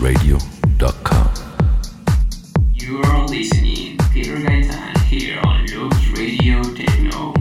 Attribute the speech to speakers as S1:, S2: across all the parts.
S1: Radio.com.
S2: You're listening Peter Gaetan here on Loops Radio Techno.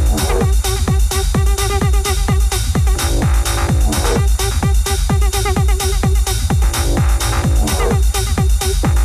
S3: Thank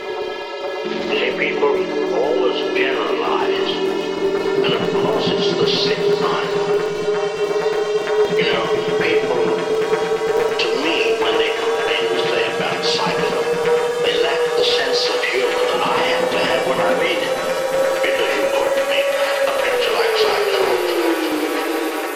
S4: See, people always generalize, and of course it's the sick mind. You know, people, to me, when they complain, say about psycho, they lack the sense of humor that I have to have when I read it. Because you bought me a picture like psycho.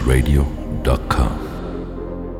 S5: loopsradio.com.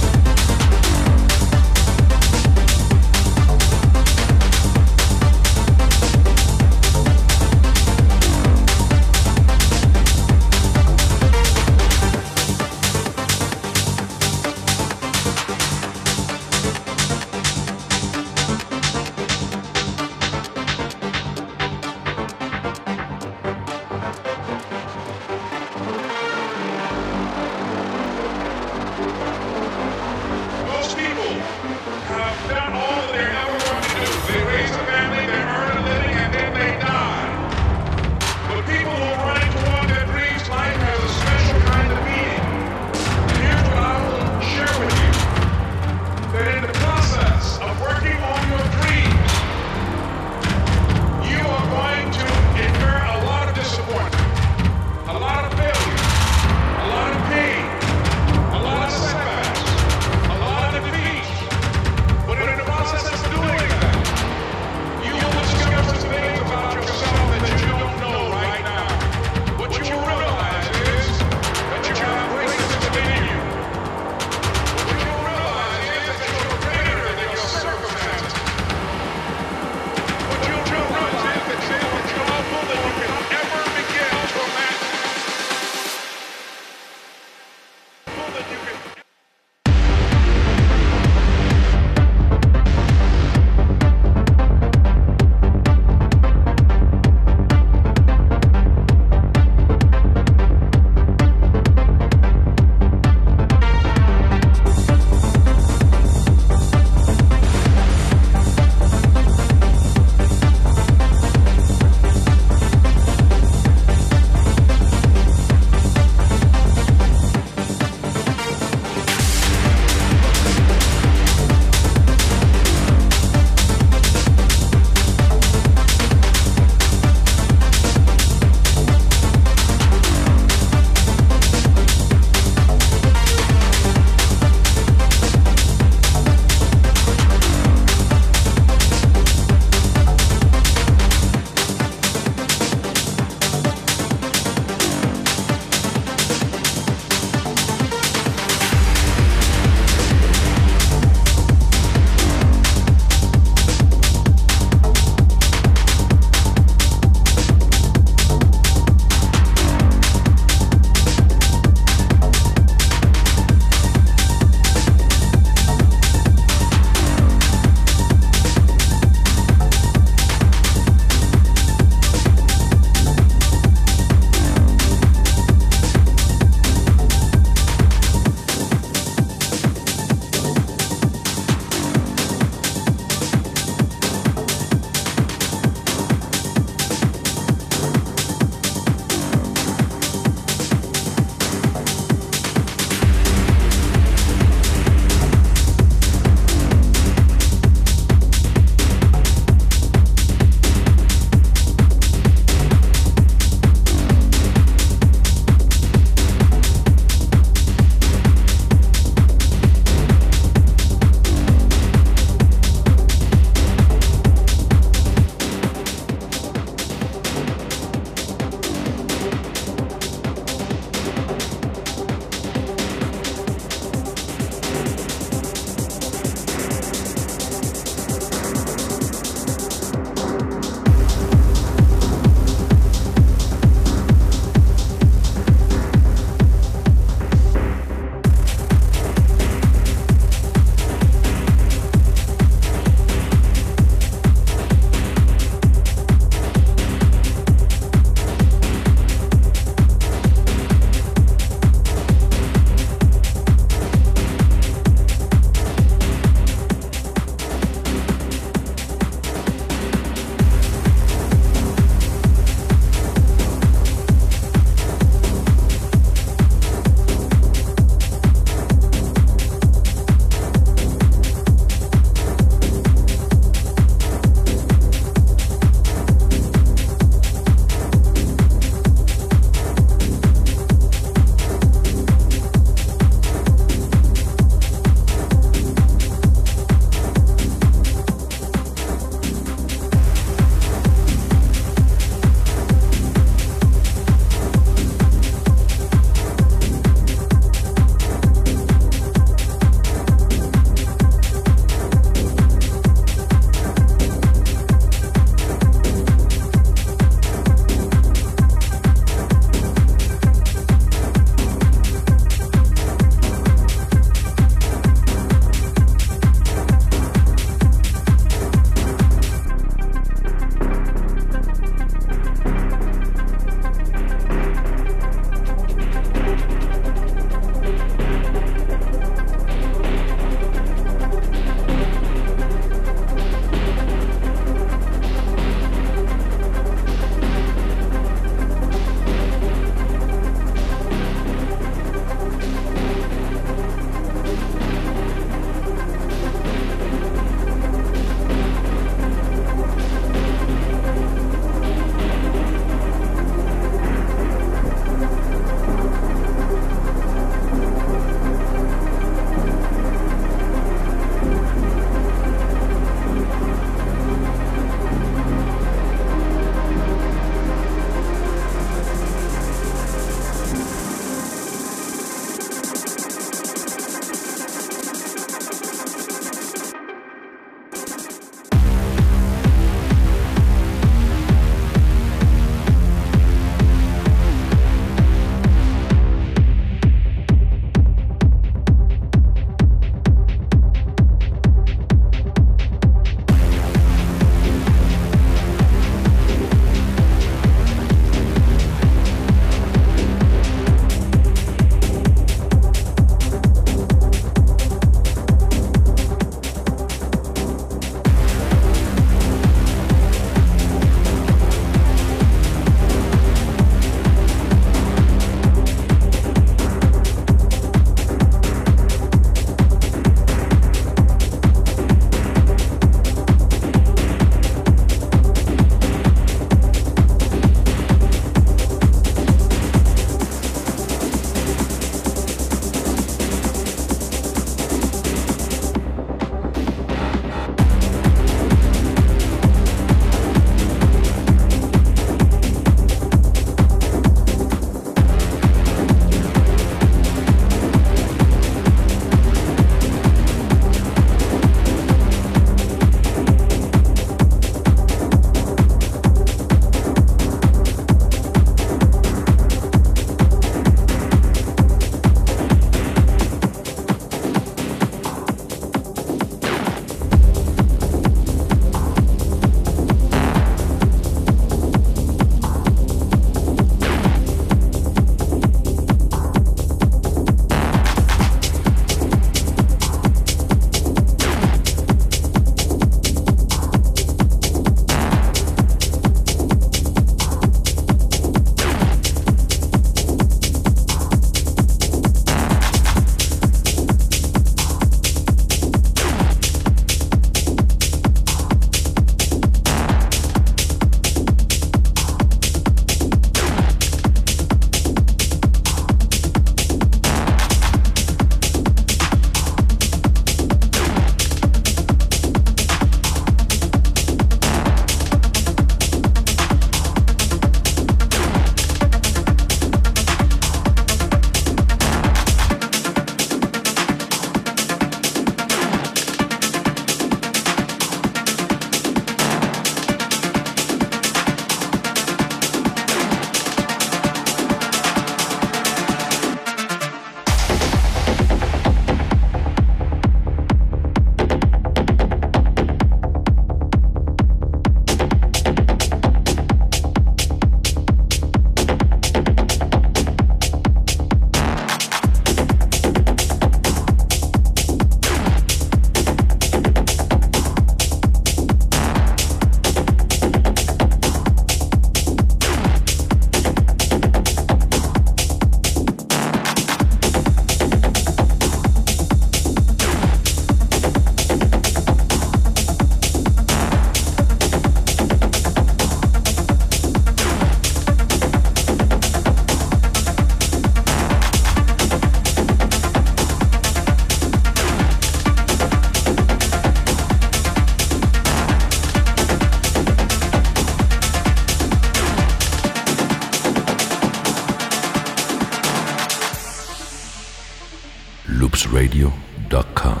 S1: loopsradio.com.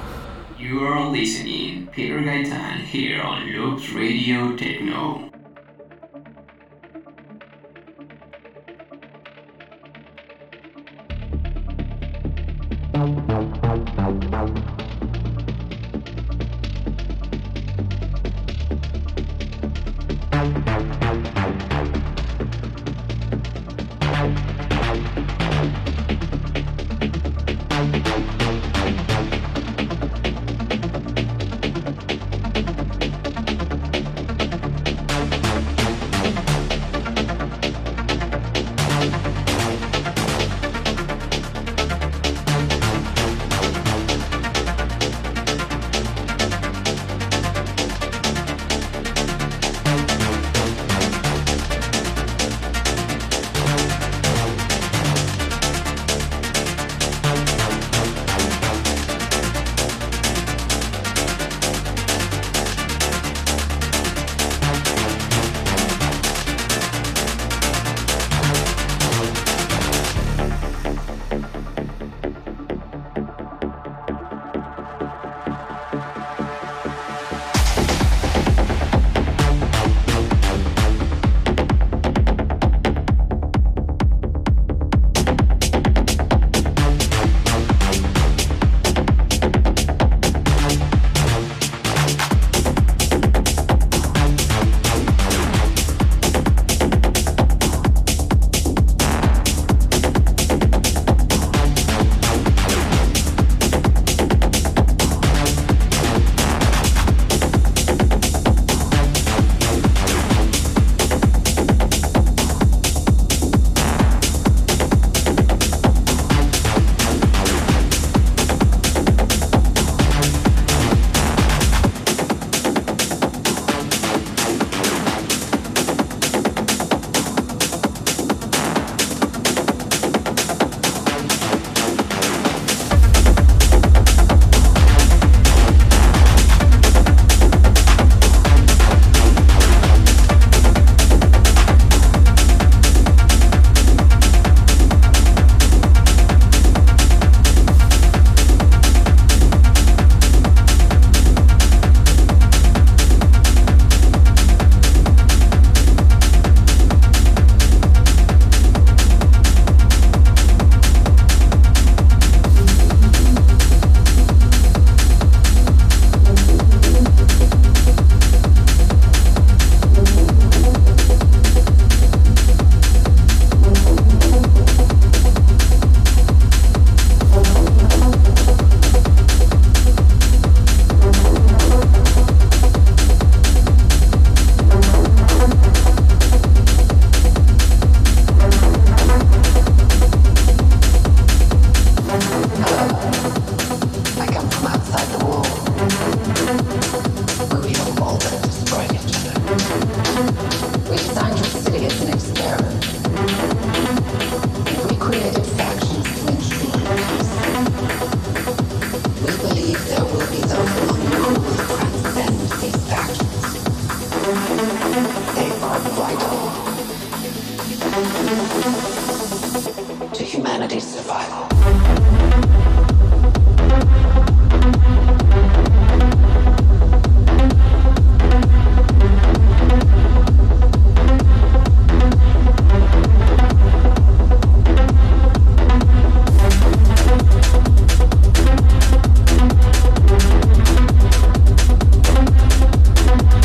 S2: You are listening Peter Gaitan here on Loops Radio Techno.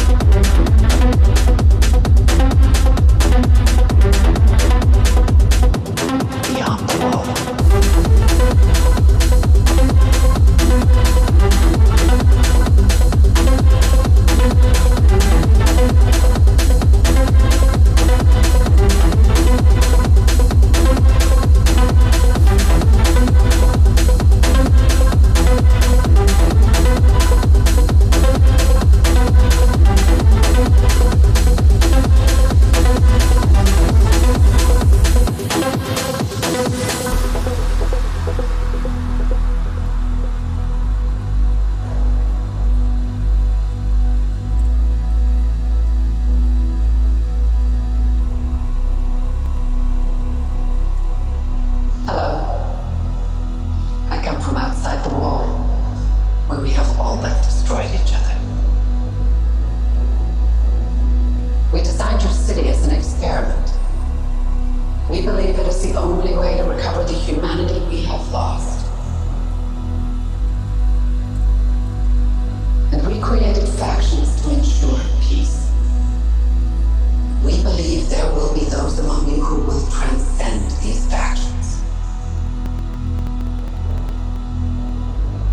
S5: beyond the wall. We believe it is the only way to recover the humanity we have lost. And we created factions to ensure peace. We believe there will be those among you who will transcend these factions.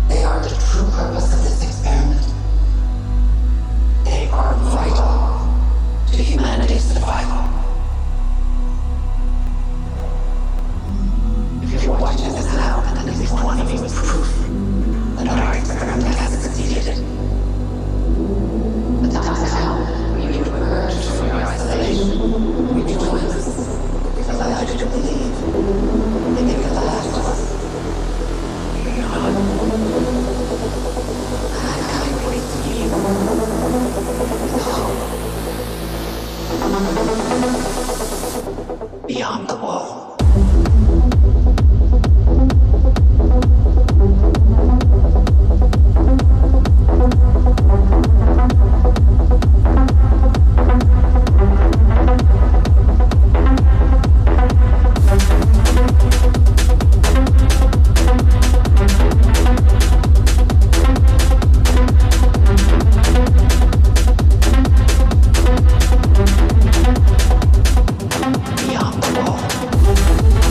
S5: They are the true purpose of this experiment. They are vital to humanity's survival. If you're watching this now, then at least one of you is proof that our experiment has succeeded. The time has come. We emerge from your isolation. We join us. We've allowed you to believe. They think the last of us. You're not. And I can't wait to meet you. With hope. Beyond the wall. Beyond the wall.